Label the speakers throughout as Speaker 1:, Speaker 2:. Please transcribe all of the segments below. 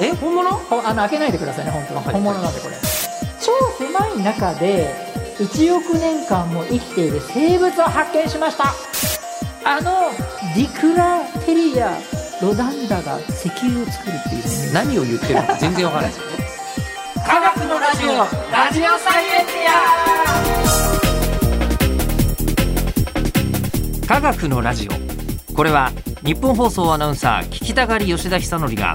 Speaker 1: え本物
Speaker 2: ほあの開けないでくださいね本当に、
Speaker 1: はい
Speaker 2: 本物なんでこれ超狭い中で1億年間も生きている生物を発見しましたあのディクラテリアロダンダが石油を作るっていうね
Speaker 1: 何を言ってるのか全然わからないですよ
Speaker 2: 科学のラジオラジオサイエンテ
Speaker 1: 科学のラジオこれは日本放送アナウンサー聞きたがり吉田久典が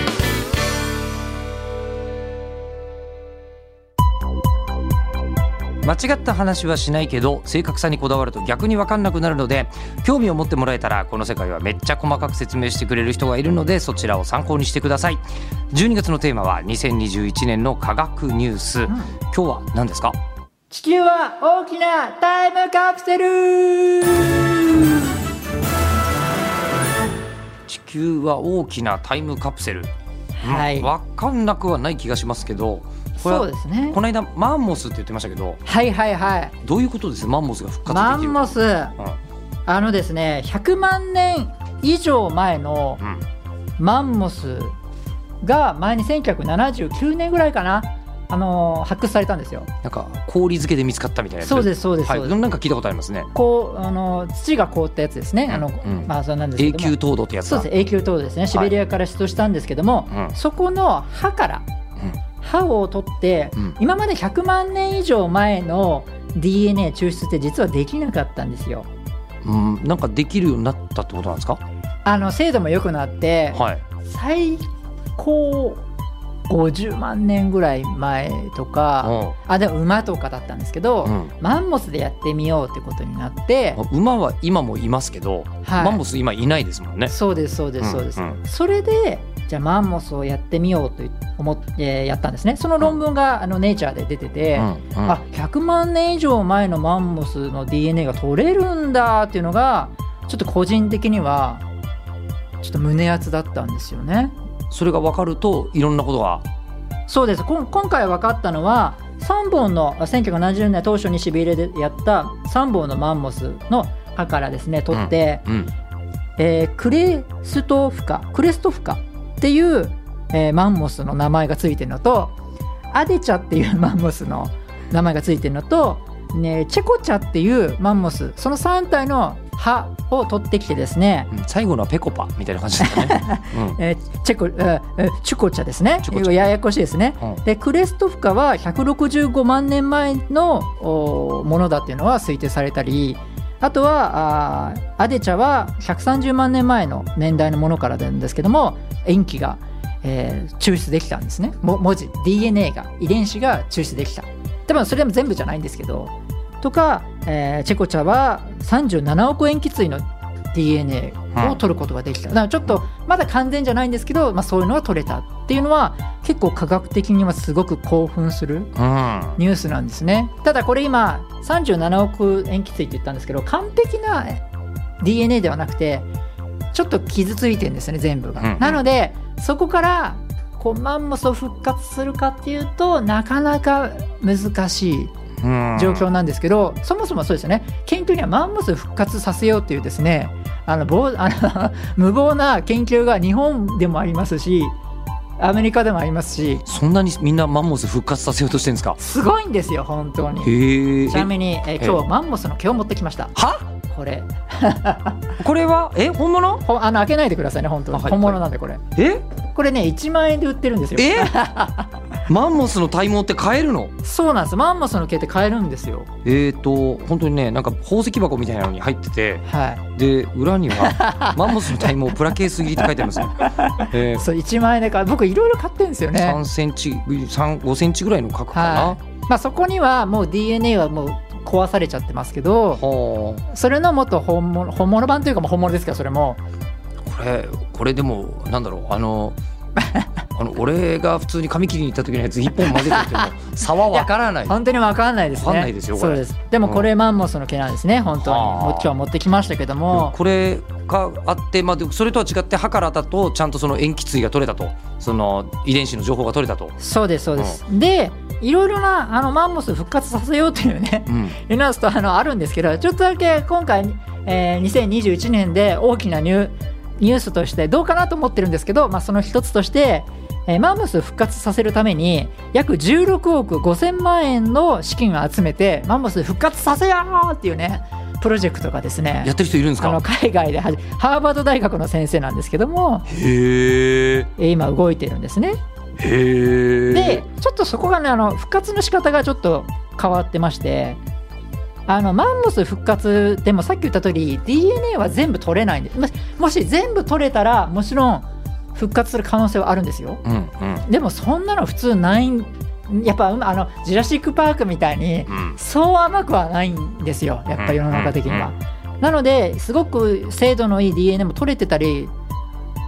Speaker 1: 間違った話はしないけど正確さにこだわると逆に分かんなくなるので興味を持ってもらえたらこの世界はめっちゃ細かく説明してくれる人がいるのでそちらを参考にしてください12月のテーマは2021年の科学ニュース、今日は何ですか
Speaker 2: 地球は大きなタイムカプセル
Speaker 1: 地球は大きなタイムカプセル、
Speaker 2: はい
Speaker 1: うん分かんなくはない気がしますけどこれは
Speaker 2: そうですね
Speaker 1: この間マンモスって言ってましたけど
Speaker 2: はいはいはい
Speaker 1: どういうことですマンモスが復活
Speaker 2: マ
Speaker 1: できる
Speaker 2: ンモスあのですね100万年以上前の
Speaker 1: うんうん
Speaker 2: マンモスが前に1979年ぐらいかなあのー発掘されたんですよ
Speaker 1: なんか氷漬けで見つかったみたいなやつ
Speaker 2: そうですすそうです
Speaker 1: は
Speaker 2: そ
Speaker 1: いう
Speaker 2: です、
Speaker 1: なんか聞いたことありますね
Speaker 2: こうあのー土が凍ったやつですねあの、
Speaker 1: うん
Speaker 2: まあそうなんですけ
Speaker 1: 永
Speaker 2: ども
Speaker 1: 久凍土ってやつ
Speaker 2: そ
Speaker 1: だ
Speaker 2: うです永久凍土ですねシベリアから出土したんですけども、
Speaker 1: うん
Speaker 2: そこの歯から歯を取って、
Speaker 1: うんうん
Speaker 2: 今まで100万年以上前の DNA 抽出って実はできなかったんですよ
Speaker 1: うん、なんかできるようになったってことなんですか
Speaker 2: あの精度も良くなって、
Speaker 1: はい
Speaker 2: 最高50万年ぐらい前とか、あでも馬とかだったんですけど、
Speaker 1: うんうん
Speaker 2: マンモスでやってみようってことになって、
Speaker 1: まあ馬は今もいますけど、
Speaker 2: はい
Speaker 1: マンモス今いないですもんね
Speaker 2: そうですそうですそうです、
Speaker 1: うんうん
Speaker 2: それでじゃあマンモスをやってみようと思ってやったんですねその論文が、あのネイチャーで出てて、
Speaker 1: うんうん
Speaker 2: あ100万年以上前のマンモスの DNA が取れるんだっていうのがちょっと個人的にはちょっと胸熱だったんですよね。
Speaker 1: それが分かるといろんなことが
Speaker 2: そうですこん今回分かったのは3本のあ1970年当初にシビレでやった3本のマンモスの歯からですね取って、
Speaker 1: うん
Speaker 2: えークレストフカクレストフカっていう、えーマンモスの名前がついてるのとアデチャっていうマンモスの名前がついてるのと、ね、チェコチャっていうマンモスその3体の歯を取ってきてですね、
Speaker 1: うん最後のはペコパみたいな感じだったね、うん
Speaker 2: えーチェコ、えーえーチュコチャですね
Speaker 1: チュコチャ
Speaker 2: ややこしいですね
Speaker 1: うん
Speaker 2: でクレストフカは165万年前のおーものだっていうのは推定されたりあとはあーアデチャは130万年前の年代のものからなんですけども塩基が、えー抽出できたんですねも文字 DNA が遺伝子が抽出できたでもそれでも全部じゃないんですけどとか、えーチェコチャは37億塩基対の DNA を取ることができた、だからちょっとまだ完全じゃないんですけど、まあ、そういうのが取れたっていうのは結構科学的にはすごく興奮する
Speaker 1: うん
Speaker 2: ニュースなんですねただこれ今37億塩基対って言ったんですけど完璧な DNA ではなくてちょっと傷ついてるんですよね全部が、
Speaker 1: うんうん
Speaker 2: なのでそこからこうマンモスを復活するかっていうとなかなか難しい
Speaker 1: うん
Speaker 2: 状況なんですけど、そもそもそうですよね研究にはマンモスを復活させようっていうですねあのぼうあの 無謀な研究が日本でもありますしアメリカでもありますし
Speaker 1: そんなにみんなマンモス復活させようとしてるんですか
Speaker 2: すごいんですよ本当に。
Speaker 1: へえ
Speaker 2: ちなみに、えー
Speaker 1: え
Speaker 2: 今日マンモスの毛を持ってきました
Speaker 1: は
Speaker 2: これ
Speaker 1: これはえ本物
Speaker 2: ほあの開けないでくださいね本当に、
Speaker 1: あはい
Speaker 2: 本物なんでこれ
Speaker 1: え
Speaker 2: これね1万円で売ってるんですよ
Speaker 1: え マンモスの体毛って買えるの
Speaker 2: そうなんですマンモスの毛って買えるんですよ
Speaker 1: えーと本当にねなんか宝石箱みたいなのに入ってて
Speaker 2: はい
Speaker 1: で裏にはマンモスの体毛プラケース切りって書いてありますね、え
Speaker 2: そう1万円で買う僕いろいろ買ってるんですよね
Speaker 1: 3センチ3 5センチぐらいの角かな、
Speaker 2: はまあ、そこにはもう DNA はもう壊されちゃってますけど
Speaker 1: はあ
Speaker 2: それのもっと本物本物版というかもう本物ですからそれも
Speaker 1: これこれでもなんだろうあのあの俺が普通に髪切りに行った時のやつ一本混ぜてても差はわからない
Speaker 2: 本当にわかんないですね。
Speaker 1: わかんないですよこ
Speaker 2: そ
Speaker 1: れ
Speaker 2: うです。でもこれマンモスの毛なんですね。本当に。
Speaker 3: はあ
Speaker 2: もう今日持ってきましたけども。
Speaker 1: これがあって、まあ、でそれとは違って歯からだとちゃんとその塩基対が取れたとその遺伝子の情報が取れたと、
Speaker 2: そうですそうです。で、いろいろなあのマンモスを復活させようというね、
Speaker 1: うん、
Speaker 2: ユナスとあのあるんですけど、ちょっとだけ今回、えー2021年で大きなニュニュースとしてどうかなと思ってるんですけど、まあその一つとして。えーマンモスを復活させるために約16億5000万円の資金を集めてマンモス復活させようっていうねプロジェクトがですね
Speaker 1: やってる人いるんです
Speaker 2: あの
Speaker 1: か
Speaker 2: 海外ではじハーバード大学の先生なんですけども
Speaker 1: へえ
Speaker 2: えー今動いてるんですね
Speaker 1: へえ
Speaker 2: でちょっとそこがねあの復活の仕方がちょっと変わってましてあのマンモス復活でもさっき言った通り DNA は全部取れないんでもしもし全部取れたらもちろん復活する可能性はあるんですよ
Speaker 1: うんうん
Speaker 2: でもそんなの普通ないんやっぱあのジュラシック・パークみたいに
Speaker 1: うん
Speaker 2: そう甘くはないんですよやっぱ世の中的には
Speaker 1: うん。
Speaker 2: なのですごく精度のいい DNA も取れてたり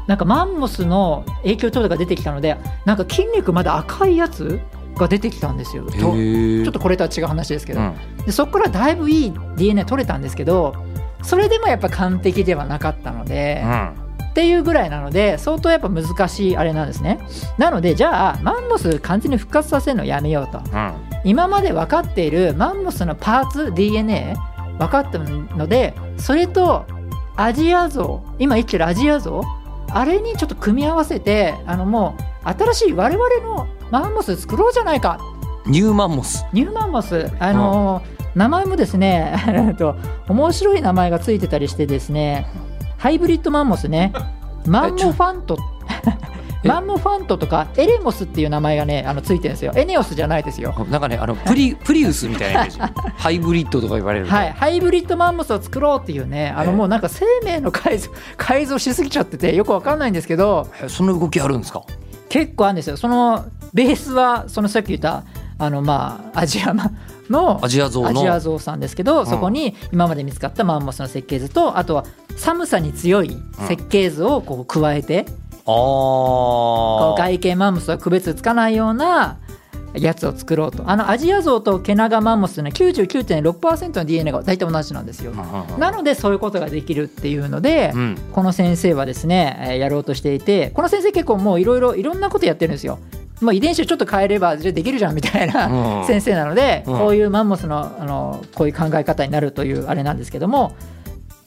Speaker 2: なんかマンモスの影響等が出てきたのでなんか筋肉まだ赤いやつが出てきたんですよ。とちょ
Speaker 1: へえ
Speaker 2: っとこれとは違う話ですけ
Speaker 1: う
Speaker 2: ど、
Speaker 1: ん
Speaker 2: でそこからだいぶいい DNA 取れたんですけどそれでもやっぱ完璧ではなかったので。
Speaker 1: うん
Speaker 2: っていうぐらいなので相当やっぱ難しいあれなんですねなのでじゃあマンモス完全に復活させるのやめようと
Speaker 1: うん
Speaker 2: 今まで分かっているマンモスのパーツ DNA 分かったのでそれとアジア像今生きてるアジア像あれにちょっと組み合わせてあのもう新しい我々のマンモス作ろうじゃないか
Speaker 1: ニューマンモス
Speaker 2: ニューマンモス、あのー名前もですね、 えっと面白い名前がついてたりしてですね、ハイブリッドマンモスね、マンモファント、
Speaker 1: え
Speaker 2: マンモファントとか、エレモスっていう名前がね、あのついてるんですよ。エネオスじゃないですよ。
Speaker 1: なんかねあのプリプリウスみたいなイメージハイブリッドとか言われると
Speaker 2: はい、ハイブリッドマンモスを作ろうっていうね、あの
Speaker 1: ええ
Speaker 2: もうなんか生命の改造 改造しすぎちゃってて、よくわかんないんですけど、
Speaker 1: えその動きあるんですか
Speaker 2: 結構あるんですよ。そのベースは、そのさっき言った、あのまあ、アジアの
Speaker 1: アジア像
Speaker 2: アジア
Speaker 1: の
Speaker 2: ゾウさんですけど、
Speaker 1: ん
Speaker 2: そこに今まで見つかったマンモスの設計図とあとは寒さに強い設計図をこう加えて、こう
Speaker 1: ああ
Speaker 2: 外見マンモスは区別つかないようなやつを作ろうとあのアジアゾウとケナガマンモスというのは99.6%の DNA が大体同じなんですよ、なのでそういうことができるっていうので、
Speaker 1: うん
Speaker 2: この先生はですねえーやろうとしていてこの先生結構もういろいろいろんなことやってるんですよもう遺伝子をちょっと変えればじゃあできるじゃんみたいな、
Speaker 1: うん
Speaker 2: 先生なので、
Speaker 1: うん
Speaker 2: こういうマンモスのあのこういう考え方になるというあれなんですけども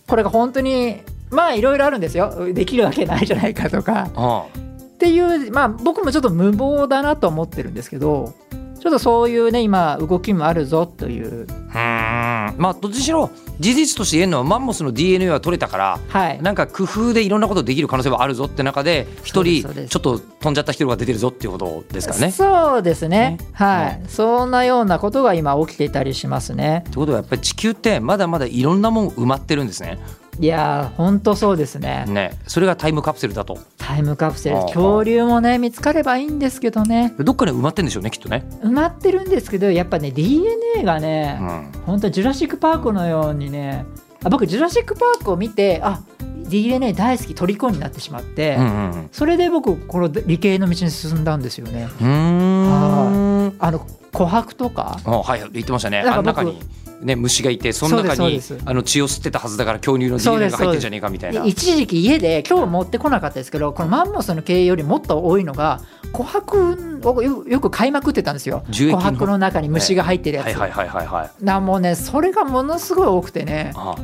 Speaker 2: これが本当にまあいろいろあるんですよできるわけないじゃないかとか
Speaker 1: あ
Speaker 2: っていうまあ僕もちょっと無謀だなと思ってるんですけどちょっとそういうね今動きもあるぞという
Speaker 1: あうんまあどっちにしろ事実として言えるのはマンモスの DNA は取れたから
Speaker 2: はい
Speaker 1: なんか工夫でいろんなことできる可能性はあるぞって中で
Speaker 2: そ
Speaker 1: 一人
Speaker 2: うですそうです
Speaker 1: ちょっと飛んじゃった人が出てるぞっていうことですからね。って
Speaker 2: そうですね
Speaker 1: ね
Speaker 2: はい、そんなようなことが今起きていたりしますね
Speaker 1: ことはやっぱり地球ってまだまだいろんなもん埋まってるんですね。
Speaker 2: いやー本当そうですね
Speaker 1: ねそれがタイムカプセルだと
Speaker 2: タイムカプセル
Speaker 1: ああ
Speaker 2: 恐竜もね見つかればいいんですけどね
Speaker 1: どっかに埋まってるんでしょうねきっとね。
Speaker 2: 埋まってるんですけどやっぱね DNA がね、
Speaker 1: うん
Speaker 2: 本当ジュラシック・パークのようにねあ僕ジュラシック・パークを見てあ DNA 大好き虜になってしまって、
Speaker 1: うんうん
Speaker 2: それで僕この理系の道に進んだんですよね
Speaker 1: うーん
Speaker 2: あの琥珀とか
Speaker 1: あはい言ってましたね。
Speaker 2: なん
Speaker 1: あ
Speaker 2: か
Speaker 1: の
Speaker 2: 僕
Speaker 1: 中にね虫がいてその中
Speaker 2: そうで
Speaker 1: に
Speaker 2: すそうです
Speaker 1: あの血を吸ってたはずだから恐竜の
Speaker 2: そうで
Speaker 1: DNA
Speaker 2: す
Speaker 1: が入ってんじゃねえかみたいな。
Speaker 2: で一時期家で今日持ってこなかったですけどこのマンモスの系よりもっと多いのが琥珀をよよく買いまくってたんですよ
Speaker 1: 樹
Speaker 2: 琥
Speaker 1: 液の
Speaker 2: 珀の中に虫が入ってるやつ、
Speaker 1: はいはいはいはいはい。
Speaker 2: なもうねそれがものすごい多くてね
Speaker 1: あ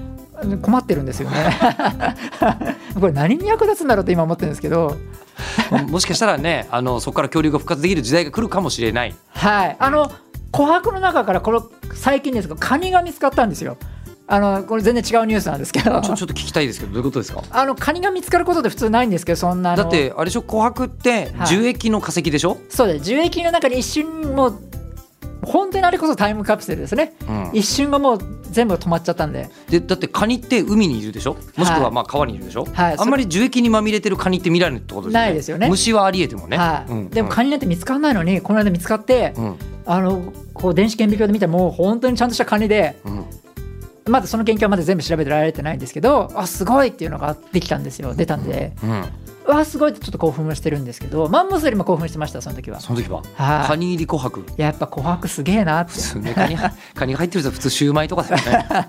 Speaker 2: 困ってるんですよね これ何に役立つんだろうって今思ってるんですけど
Speaker 1: あ もしかしたらねあのそこから恐竜が復活できる時代が来るかもしれない。
Speaker 2: はいあの琥珀の中からこの最近ですけどカニが見つかったんですよあのこれ全然違うニュースなんですけど
Speaker 1: ちょちょっと聞きたいですけどどういうことですか。
Speaker 2: あのカニが見つかることって普通ないんですけどそんなあの
Speaker 1: だってあれでしょ琥珀って
Speaker 2: はい
Speaker 1: 樹液の化石でしょ、
Speaker 2: そうです樹液の中に一瞬もう本当にあれこそタイムカプセルですね
Speaker 1: うん
Speaker 2: 一瞬がもう全部止まっちゃったんで
Speaker 1: でだってカニって海にいるでしょもしく
Speaker 2: は
Speaker 1: はいまあ川にいるでしょ、
Speaker 2: はい
Speaker 1: あんまり樹液にまみれてるカニって見られないってことですよね
Speaker 2: ないですよね
Speaker 1: 虫はありえてもね、
Speaker 2: はい
Speaker 1: うん
Speaker 2: でもカニなんて見つからないのにこの間見つかって、
Speaker 1: うん
Speaker 2: あのこう電子顕微鏡で見たらもう本当にちゃんとしたカニで
Speaker 1: うん
Speaker 2: まだその研究はまだ全部調べてられてないんですけどあすごいっていうのができたんですよ出たんで
Speaker 1: うん
Speaker 2: わあすごいってちょっと興奮もしてるんですけどマンモスよりも興奮してましたその時は
Speaker 1: その時は
Speaker 2: は
Speaker 1: カ
Speaker 2: い
Speaker 1: ニ入り琥珀
Speaker 2: やっぱ琥珀すげえなって
Speaker 1: 普通ねカニカニが入ってる人は普通シューマイとかだ よね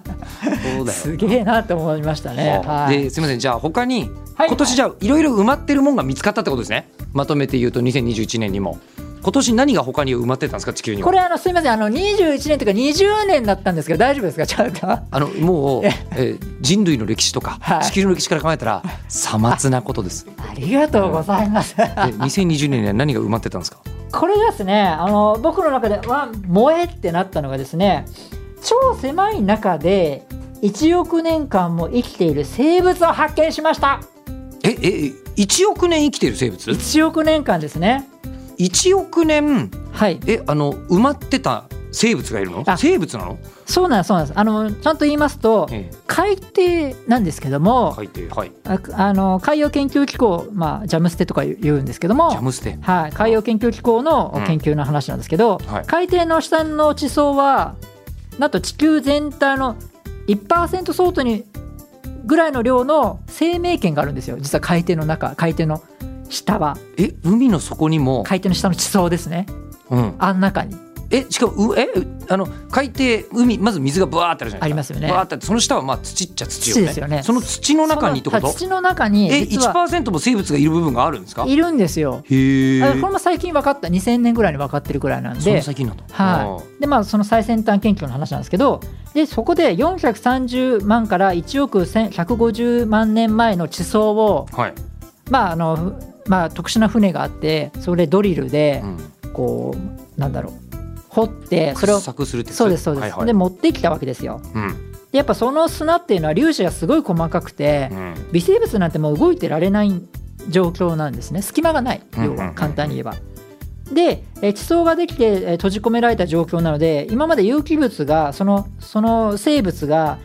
Speaker 1: そうだよ
Speaker 2: すげえなって思いましたね
Speaker 1: はあ
Speaker 2: はい
Speaker 1: で、すみません、じゃあ、他に、
Speaker 2: はい
Speaker 1: 今年じゃあ、いろいろ埋まってるもんが見つかったってことですね。まとめて言うと、2021年にも。今年何が他に埋まってたんですか、地球には
Speaker 2: こ。れあのすいませんあの21年というか20年だったんですけど大丈夫ですかちゃんと
Speaker 1: あの、もう、えー人類の歴史とか、
Speaker 2: はい
Speaker 1: 地球の歴史から考えたら、さまつなことです。で、
Speaker 2: ありがとうございます
Speaker 1: 2020年には何が埋まってたんですか。
Speaker 2: これですねあの僕の中では萌えってなったのがですね超狭い中で1億年間も生きている生物を発見しました
Speaker 1: え、え、1億年生きてる生物。
Speaker 2: 1億年間ですね
Speaker 1: 1億年、
Speaker 2: はい
Speaker 1: え、あの、埋まってた生物がいるの。
Speaker 2: あ
Speaker 1: 生物なの。
Speaker 2: そうなんですそうなんですあのちゃんと言いますと
Speaker 1: ええ
Speaker 2: 海底なんですけども、
Speaker 1: 海底、はい。
Speaker 2: ああの海洋研究機構、まあ、ジャムステとか言うんですけども
Speaker 1: ジャムステ。
Speaker 2: はい、海洋研究機構
Speaker 1: う
Speaker 2: の
Speaker 1: ん
Speaker 2: 研究の話なんですけど、
Speaker 1: はい
Speaker 2: 海底の下の地層はなんと地球全体の1%相当にぐらいの量の生命圏があるんですよ実は海底の中海底の下は
Speaker 1: え、海の底にも。
Speaker 2: 海底の下の地層ですね
Speaker 1: うん。
Speaker 2: あん中に
Speaker 1: えしかもうえあの海底海まず水がブワーってあるじゃないですか
Speaker 2: ありますよね
Speaker 1: ブワーってあってその下はまあ土っちゃ土よね
Speaker 2: 土ですよね
Speaker 1: その土の中にってこ
Speaker 2: そ
Speaker 1: と
Speaker 2: の土の中に
Speaker 1: え
Speaker 2: 実は
Speaker 1: 1%も生物がいる部分があるんですか
Speaker 2: いるんですよ
Speaker 1: へえ
Speaker 2: あこれも最近分かった2000年ぐらいに分かってるぐらいなん
Speaker 1: その
Speaker 2: で
Speaker 1: 先なんだ
Speaker 2: はでまあ、その最先端研究の話なんですけどでそこで430万から1億1000 150万年前の地層を、
Speaker 1: いはい、
Speaker 2: まああのふまあ、特殊な船があってそれドリルで
Speaker 1: うん、
Speaker 2: こうなんだろう掘ってそれを
Speaker 1: 掘削するってこと
Speaker 2: そうですそうです、
Speaker 1: はいはい
Speaker 2: で持ってきたわけですよ
Speaker 1: うん
Speaker 2: でやっぱその砂っていうのは粒子がすごい細かくて
Speaker 1: うん
Speaker 2: 微生物なんてもう動いてられない状況なんですね隙間がない
Speaker 1: うんうんう
Speaker 2: 要
Speaker 1: ん
Speaker 2: は簡単に言えば。でえー地層ができてえー閉じ込められた状況なので今まで有機物がそのその生物が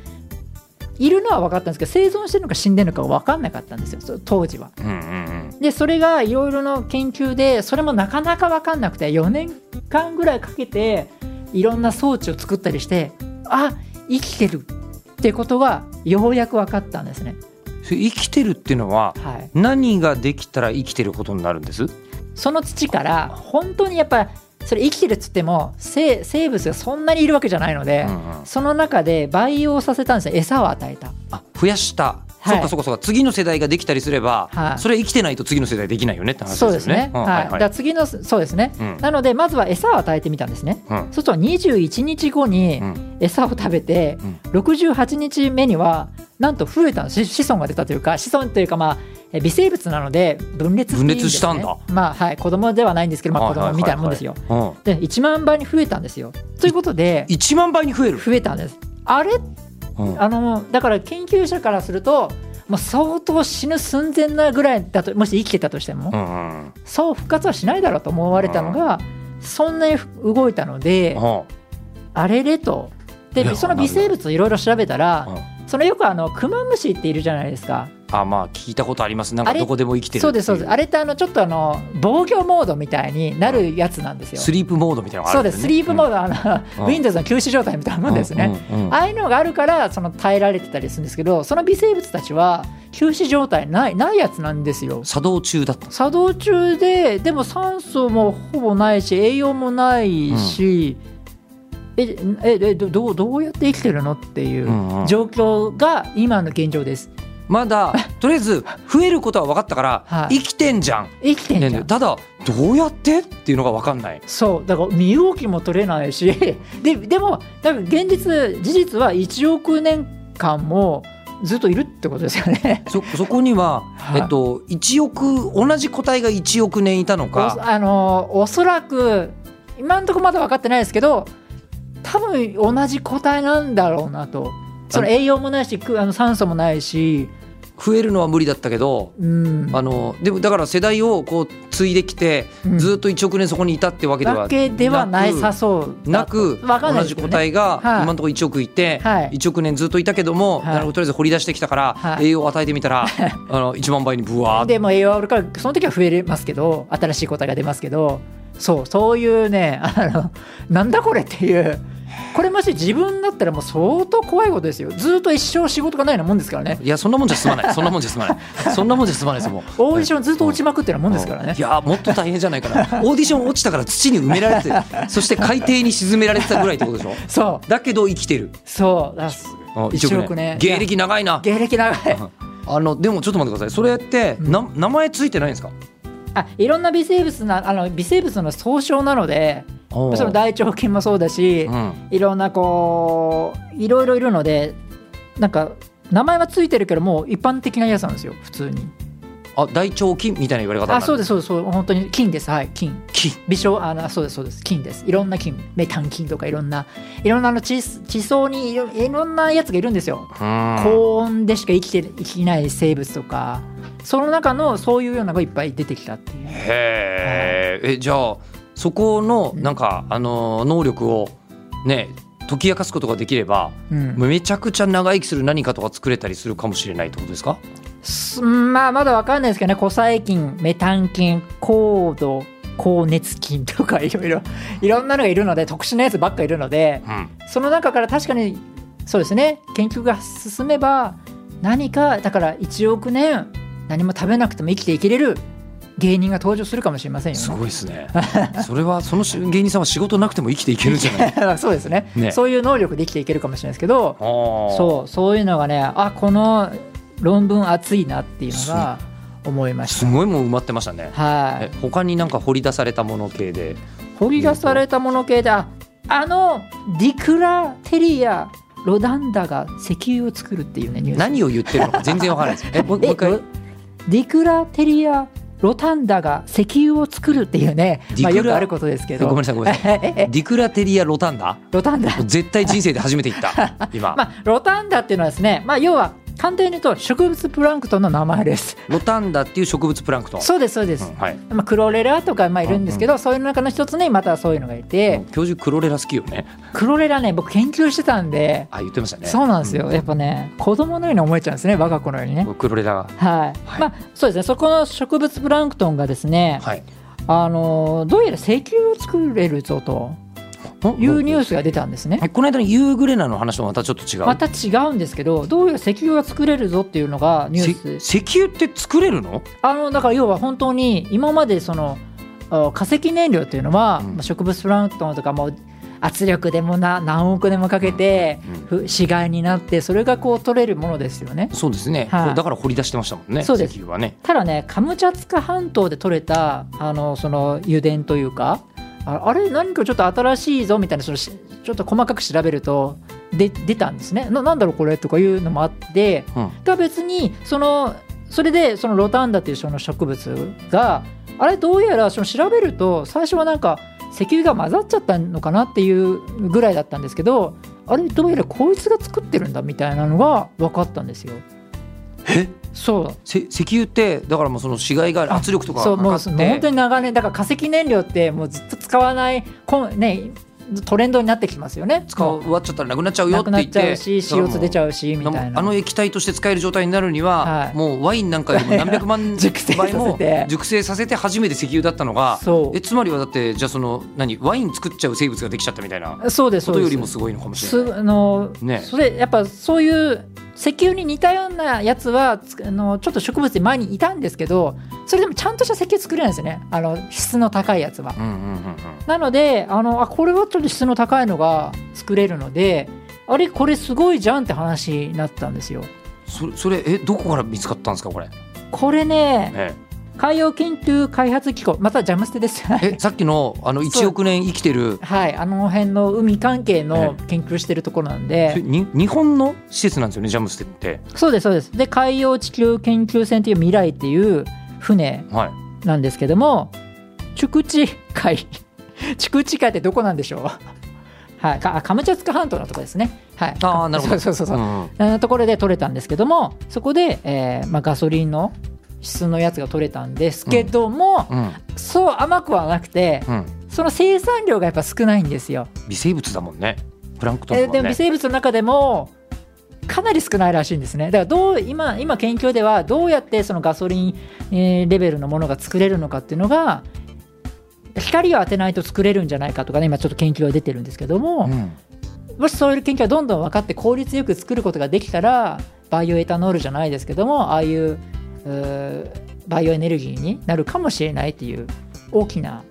Speaker 2: いるのは分かったんですけど生存してるのか死んでるのか分かんなかったんですよそ当時は。
Speaker 1: うんうん
Speaker 2: でそれがいろいろの研究でそれもなかなか分かんなくて4年間ぐらいかけていろんな装置を作ったりしてあ生きてるってことがようやく分かったんですね。
Speaker 1: うんそれ生きてるっていうのは
Speaker 2: はい
Speaker 1: 何ができたら生きてることになるんです
Speaker 2: その土から本当にやっぱそれ生きてるっつっても生生物がそんなにいるわけじゃないので、
Speaker 1: うんうん
Speaker 2: その中で培養させたんですね餌を与えた
Speaker 1: あ増やした、
Speaker 2: はい
Speaker 1: そうかそうかそうか次の世代ができたりすれば、
Speaker 2: はい
Speaker 1: それ生きてないと次の世代できないよねって話です
Speaker 2: そう
Speaker 1: よね
Speaker 2: ですね、
Speaker 1: うん
Speaker 2: はいだから次のそうですね
Speaker 1: うん
Speaker 2: なのでまずは餌を与えてみたんですね
Speaker 1: うん
Speaker 2: そうすると21日後に
Speaker 1: うん
Speaker 2: 餌を食べて
Speaker 1: うん
Speaker 2: 68日目にはなんと増えたの子子孫が出たというか子孫というかまあえ微生物なので分裂っていうんです、ね、
Speaker 1: 分裂したんだ
Speaker 2: まあはい子供ではないんですけど、まあ、
Speaker 1: は
Speaker 2: 子
Speaker 1: いはい
Speaker 2: 供
Speaker 1: はい
Speaker 2: みたいなもんですよ、
Speaker 1: うん
Speaker 2: で1万倍に増えたんですよということで
Speaker 1: 1万倍に増える、
Speaker 2: 増えたんですあれ
Speaker 1: うん
Speaker 2: あのだから研究者からするともう相当死ぬ寸前なぐらいだともし生きてたとしても、
Speaker 1: うんうん
Speaker 2: そう復活はしないだろうと思われたのが、そんなに動いたので、あれれと
Speaker 1: いや
Speaker 2: でその微生物をいろいろ調べたら、
Speaker 1: うん
Speaker 2: そのよくあのクマムシっているじゃないですか
Speaker 1: あまあ聞いたことありますなんか
Speaker 2: あれ
Speaker 1: どこでも生きてる
Speaker 2: そうですそうですあれ
Speaker 1: れ
Speaker 2: ってあのちょっとあの防御モードみたいになるやつなんですよ、
Speaker 1: スリープモードみたいなのが
Speaker 2: そ
Speaker 1: あ
Speaker 2: う
Speaker 1: るん
Speaker 2: ですすス
Speaker 1: ね
Speaker 2: リープモー
Speaker 1: ド
Speaker 2: ド、あの Windows の休止状態みたいなもんですね、ああいうのがあるからその耐えられてたりするんですけどその微生物たちは休止状態ないないやつなんですよ
Speaker 1: 作動中だったんです
Speaker 2: 作動中ででも酸素もほぼないし栄養もないし、えええどどうどうやって生きてるのっていう
Speaker 1: うんうん
Speaker 2: う状況が今の現状です
Speaker 1: まだとりあえず増えることは分かったから、
Speaker 2: はい
Speaker 1: 生きてんじゃん
Speaker 2: 生きてんじゃん
Speaker 1: ただどうやってっていうのが分かんない
Speaker 2: そうだから身動きも取れないし ででも多分現実事実は1億年間もずっといるってことですよね
Speaker 1: そそこには、
Speaker 2: はい
Speaker 1: えっと、1億同じ個体が1億年いたの
Speaker 2: お
Speaker 1: か
Speaker 2: あのおそらく今のところまだ分かってないですけど多分同じ個体なんだろうなとその栄養もないしくあの酸素もないし、
Speaker 1: 増えるのは無理だったけど
Speaker 2: うん、
Speaker 1: あのでもだから世代をこう継いできて、
Speaker 2: うん
Speaker 1: ずっと1億年そこにいたってわけでは
Speaker 2: だけではないさそうだ
Speaker 1: な
Speaker 2: と
Speaker 1: く、
Speaker 2: わかんな
Speaker 1: 同
Speaker 2: いで
Speaker 1: じ
Speaker 2: すけど
Speaker 1: 個
Speaker 2: ね
Speaker 1: 体が
Speaker 2: はい
Speaker 1: 今のところ1億いて、
Speaker 2: はい
Speaker 1: 1億年ずっといたけども、
Speaker 2: はい
Speaker 1: なるほどとりあえず掘り出してきたから、
Speaker 2: はい
Speaker 1: 栄養を与えて みたらあの1万倍にブワーって
Speaker 2: でも栄養あるからその時は増えれますけど 新しい個体が出ますけどそうそういうねあのなんだこれっていうこれもし自分だったらもう相当怖いことですよずっと一生仕事がないようなもんですからね
Speaker 1: いやそんなもんじゃ済まないそんなもんじゃ済まないそんなもんじゃ済まないですもん
Speaker 2: オーディションずっと落ちまくってるようなもんですからね
Speaker 1: いやもっと大変じゃないかなオーディション落ちたから土に埋められてそして海底に沈められてたぐらいってことでしょ
Speaker 2: そう
Speaker 1: だけど生きてる
Speaker 2: そうだ
Speaker 1: あ
Speaker 2: 一億ね
Speaker 1: 芸歴長いな
Speaker 2: 芸歴長い
Speaker 1: あのでもちょっと待ってくださいそれって、な名前ついてないんですか
Speaker 2: あいろんな微生物なあの微生物の総称なので
Speaker 1: そ
Speaker 2: その大腸菌もそうだし、
Speaker 1: うん、
Speaker 2: いろんなこういろいろいるのでなんか名前はついてるけどもう一般的なやつなんですよ普通に
Speaker 1: あ大腸菌みたいな言われ方にな
Speaker 2: あそう
Speaker 1: で
Speaker 2: ですそうですそう本当に菌ですはい菌
Speaker 1: 菌
Speaker 2: 微小あなそうですそうです菌ですいろんな菌メタン菌とかいろんないろんなあの地地層にいろいろんなやつがいるんですよ
Speaker 1: こ
Speaker 2: 高温でしか生きて生きない生物とかその中のそういうようなのがいっぱい出てきたっていう
Speaker 1: うへーえじゃあそこのなんか、あのー能力をね解き明かすことができれば
Speaker 2: うん
Speaker 1: めちゃくちゃ長生きする何かとか作れたりするかもしれないってことですか
Speaker 2: すまあまだわかんないですけどね古細菌メタン菌高度高熱菌とか いろいろいろんなのがいるので特殊なやつばっかいるので
Speaker 1: うん
Speaker 2: その中から確かにそうですね研究が進めば何かだから1億年何も食べなくても生きていけれる芸人が登場するかもしれませんよ
Speaker 1: す
Speaker 2: ね。
Speaker 1: ごいですねそれはその芸人さんは仕事なくても生きていけるんじゃな い
Speaker 2: そうですね
Speaker 1: ね
Speaker 2: そういう能力で生きていけるかもしれないですけど
Speaker 1: そ
Speaker 2: そうそういうのがねあこの論文熱いなっていうのが思いまし
Speaker 1: す
Speaker 2: た。
Speaker 1: ごいもう埋まってましたね
Speaker 2: はい、
Speaker 1: え他になんか掘り出されたもの系で
Speaker 2: 掘り出されたもの系でああのディクラテリアロダンダが石油を作るっていうねニュース
Speaker 1: 何を言ってるのか全然わからないですえもう
Speaker 2: え
Speaker 1: もう一回
Speaker 2: ロディクラテリアロタンダが石油を作るっていうね、
Speaker 1: ディク
Speaker 2: ま
Speaker 1: ラ
Speaker 2: あ、よくあることですけ
Speaker 1: ご
Speaker 2: ど
Speaker 1: めんなさい ごめんなさいディクラテリア・ロタンダ
Speaker 2: ロタンダ、
Speaker 1: 絶対人生で初めて言った 今、
Speaker 2: まあ、ロタンダっていうのはですね、まあ、要は簡単に言うと植物プランクトンの名前です
Speaker 1: ロタンダっていう植物プランクトン
Speaker 2: そうですそうです、
Speaker 1: うんはい、
Speaker 2: まあ、クロレラとかまあいるんですけど、そういう中の一つにまたそういうのがいて、
Speaker 1: 教授クロレラ好きよね
Speaker 2: クロレラね僕研究してたんで、
Speaker 1: あ言ってましたね
Speaker 2: そうなんですよ、やっぱね子供のように思えちゃうんですね我が子のようにね、
Speaker 1: うんクロレラが
Speaker 2: はい、
Speaker 1: はい
Speaker 2: まあそうですねそこの植物プランクトンがですね、
Speaker 1: はい
Speaker 2: あのどうやら石油を作れるぞというニュースが出たんですね
Speaker 1: えこの間の夕暮れなの話とまたちょっと違う、
Speaker 2: また違うんですけどどうやら石油が作れるぞっていうのがニュース
Speaker 1: せ石油って作れるの
Speaker 2: あのだから要は本当に今までそのあ化石燃料っていうのは、
Speaker 1: うん
Speaker 2: まあ植物プランクトンとかもう圧力でもな何億年もかけて、ふ死骸になってそれがこう取れるものですよね
Speaker 1: そうですね、
Speaker 2: はい
Speaker 1: これだから掘り出してましたもんね
Speaker 2: そうです
Speaker 1: 石油はね
Speaker 2: ただねカムチャツカ半島で取れたあのその油田というかああれ何かちょっと新しいぞみたいなそのしちょっと細かく調べるとで出たんですねななんだろうこれとかいうのもあって
Speaker 1: うん
Speaker 2: が別にそのそれでそのロタンダっていうその植物があれどうやらその調べると最初はなんか石油が混ざっちゃったのかなっていうぐらいだったんですけどあれどうやらこいつが作ってるんだみたいなのが分かったんですよ。
Speaker 1: え
Speaker 2: そう
Speaker 1: せ石油ってだからもうその死骸が圧力とか
Speaker 2: そうもう
Speaker 1: かか
Speaker 2: そ
Speaker 1: っ
Speaker 2: の本当
Speaker 1: て
Speaker 2: に長年だから化石燃料ってもうずっと使わないこんねトレンドになってきますよね
Speaker 1: 使わ終わっちゃったらなくなっちゃうよ
Speaker 2: な
Speaker 1: って
Speaker 2: くな
Speaker 1: 言
Speaker 2: っ
Speaker 1: っ
Speaker 2: ちゃ
Speaker 1: て
Speaker 2: うし CO2 出ちゃうしみたい
Speaker 1: あ
Speaker 2: な
Speaker 1: の液体として使える状態になるには、
Speaker 2: はい
Speaker 1: もうワインなんかよりも何百万
Speaker 2: 熟成させ
Speaker 1: 倍
Speaker 2: て
Speaker 1: も熟成させて初めて石油だったのが
Speaker 2: そ
Speaker 1: えつまりはだってじゃあその何ワイン作っちゃう生物ができちゃったみたいな
Speaker 2: うそうです
Speaker 1: こ
Speaker 2: そう
Speaker 1: と
Speaker 2: です
Speaker 1: よりもすごいのかもしれない。
Speaker 2: すあの
Speaker 1: ね
Speaker 2: それやっぱそういう石油に似たようなやつはつあのちょっと植物に前にいたんですけどそれでもちゃんとした石油作れないんですよねあの質の高いやつは
Speaker 1: うんうんうんうん
Speaker 2: なのであのあこれはちょっと質の高いのが作れるのであれこれすごいじゃんって話になったんですよ
Speaker 1: それそれえどこから見つかったんですかこれ、
Speaker 2: これね
Speaker 1: え
Speaker 2: 海洋研究開発機構またジャムステです
Speaker 1: ええさっきのあの
Speaker 2: そう
Speaker 1: 1億年生きてる
Speaker 2: はいあの辺の海関係の研究してるところなん
Speaker 1: それ
Speaker 2: で
Speaker 1: に日本の施設なんですよねジャムステって、
Speaker 2: そうですそうですで海洋地球研究船っていう未来っていう船
Speaker 1: はい、
Speaker 2: なんですけども筑地海 筑地海ってどこなんでしょう はいかあカムチャツカ半島のとこですねはい
Speaker 1: あーなるほど
Speaker 2: そうそうそうそううん
Speaker 1: うん
Speaker 2: あのところで取れたんですけどもそこで、えーまあ、ガソリンの質のやつが取れたんですけども、
Speaker 1: うん
Speaker 2: そう甘くはなくて
Speaker 1: うん
Speaker 2: その生産量がやっぱ少ないんですよ。
Speaker 1: 微生物だもんねプランクトン
Speaker 2: え
Speaker 1: だ
Speaker 2: ー
Speaker 1: も
Speaker 2: で
Speaker 1: ん
Speaker 2: も微
Speaker 1: ね
Speaker 2: 生物の中でもかなり少ないらしいんですね。だからどう今今研究ではどうやってそのガソリン、えーレベルのものが作れるのかっていうのが光を当てないと作れるんじゃないかとかね今ちょっと研究が出てるんですけども、
Speaker 1: うん
Speaker 2: もしそういう研究がどんどん分かって効率よく作ることができたらバイオエタノールじゃないですけどもああいううーバイオエネルギーになるかもしれないっていう大きな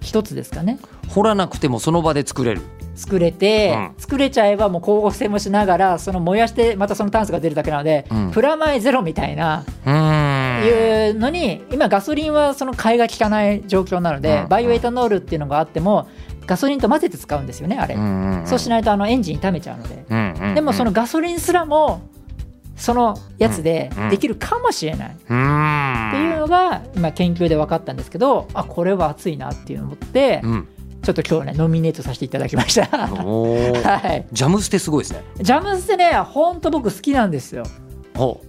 Speaker 2: 一つですかね
Speaker 1: 掘らなくてもその場で作れる
Speaker 2: 作れて、
Speaker 1: うん
Speaker 2: 作れちゃえばもう光合成もしながらその燃やしてまたその炭素が出るだけなので、
Speaker 1: うん
Speaker 2: プラマイゼロみたいな
Speaker 1: うーん
Speaker 2: いうのに今ガソリンはその買いが利かない状況なので、
Speaker 1: うん
Speaker 2: バイオエタノールっていうのがあってもガソリンと混ぜて使うんですよねあれ、
Speaker 1: うん
Speaker 2: そうしないとあのエンジン傷めちゃうので、
Speaker 1: うんうんうん
Speaker 2: でもそのガソリンすらもそのやつで
Speaker 1: うん
Speaker 2: できるかもしれないっ
Speaker 1: うーん
Speaker 2: ていうのが今研究で分かったんですけどあこれは熱いなっていうのを思って
Speaker 1: うん
Speaker 2: ちょっと今日はねノミネートさせていただきました は
Speaker 1: おー
Speaker 2: い
Speaker 1: ジャムステすごいですね
Speaker 2: ジャムスってねほんと僕好きなんですよ
Speaker 1: ほう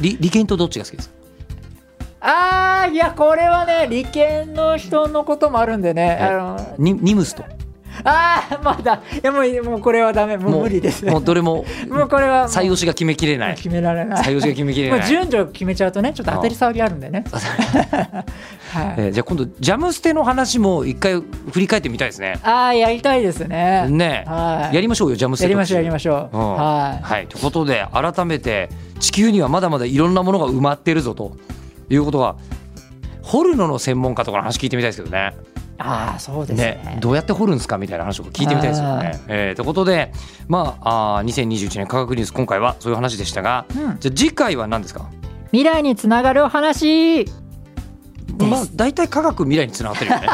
Speaker 1: 理理研とどっちが好きですか
Speaker 2: あーいやこれはね理研の人のこともあるんでねあの
Speaker 1: にニムスと
Speaker 2: あーまだいやもうもうこれはダメもう無理です
Speaker 1: も
Speaker 2: も
Speaker 1: うどれも
Speaker 2: うこれはもう
Speaker 1: 採用しが決めきれない
Speaker 2: 決められない
Speaker 1: 採用しが決めきれ
Speaker 2: もう
Speaker 1: ない
Speaker 2: 順序決めちゃうとねちょっと当たり障りあるんでねはい
Speaker 1: えーじゃあ今度ジャムステの話も一回振り返ってみたいですね。
Speaker 2: ああやりたいですね。
Speaker 1: ね
Speaker 2: はい。
Speaker 1: やりましょうよジャムステ
Speaker 2: やりましょうやり
Speaker 1: まし
Speaker 2: ましょう。
Speaker 1: うん
Speaker 2: は
Speaker 1: はい、ということで改めて地球にはまだまだいろんなものが埋まってるぞということが掘るのの専門家とかの話聞いてみたいですけどね
Speaker 2: い。ああそうです
Speaker 1: ね
Speaker 2: ね。
Speaker 1: どうやって掘るんですかみたいな話を聞いてみたいですよ
Speaker 2: あ
Speaker 1: ね。えーということで、まあ、あー2021年科学ニュース今回はそういう話でしたが
Speaker 2: うん
Speaker 1: じゃあ次回は何ですか
Speaker 2: 未来につながるお話。す
Speaker 1: まあ大体科学未来につながって るよね。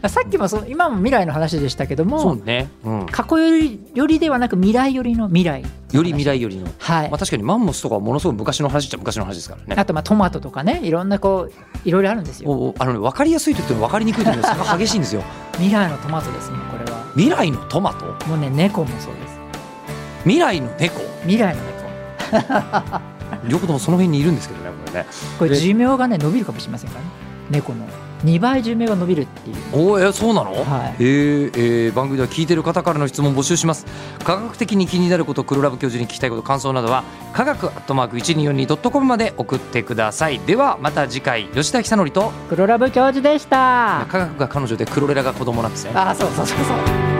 Speaker 1: う
Speaker 2: さっきもその今も未来の話でしたけど
Speaker 1: ん、そ
Speaker 2: も
Speaker 1: う、ね、うん、
Speaker 2: 過去よりよりではなく未来よりの未来。
Speaker 1: より未来よりの
Speaker 2: はい
Speaker 1: まあ、。確かにマンモスとかはものすごい昔の話っちゃ昔の話ですからね。
Speaker 2: あとまあトマトとかねいろんなこういろいろあるんですよ。
Speaker 1: おおあのね、分かりやすい時と分かりにくい時の 差が激しいんですよ。
Speaker 2: 未来のトマトですねこれは。
Speaker 1: 未来のトマト
Speaker 2: もうね猫もそうです。
Speaker 1: 未来の猫
Speaker 2: 未来の猫。
Speaker 1: 両方ともその辺にいるんですけどねこれね。
Speaker 2: これ
Speaker 1: で
Speaker 2: 寿命がね伸びるかもしれませんからね。猫の2倍寿命が伸びるっていう。
Speaker 1: おーえーそうなの、
Speaker 2: はい
Speaker 1: えーえー番組では聞いてる方からの質問を募集します科学的に気になること黒ラブ教授に聞きたいこと感想などは科学アットマーク 1242.com まで送ってくださいではまた次回吉田久典と
Speaker 2: 黒ラブ教授でした。
Speaker 1: 科学が彼女で黒レラが子供なんですね
Speaker 2: ああそうそうそうそう。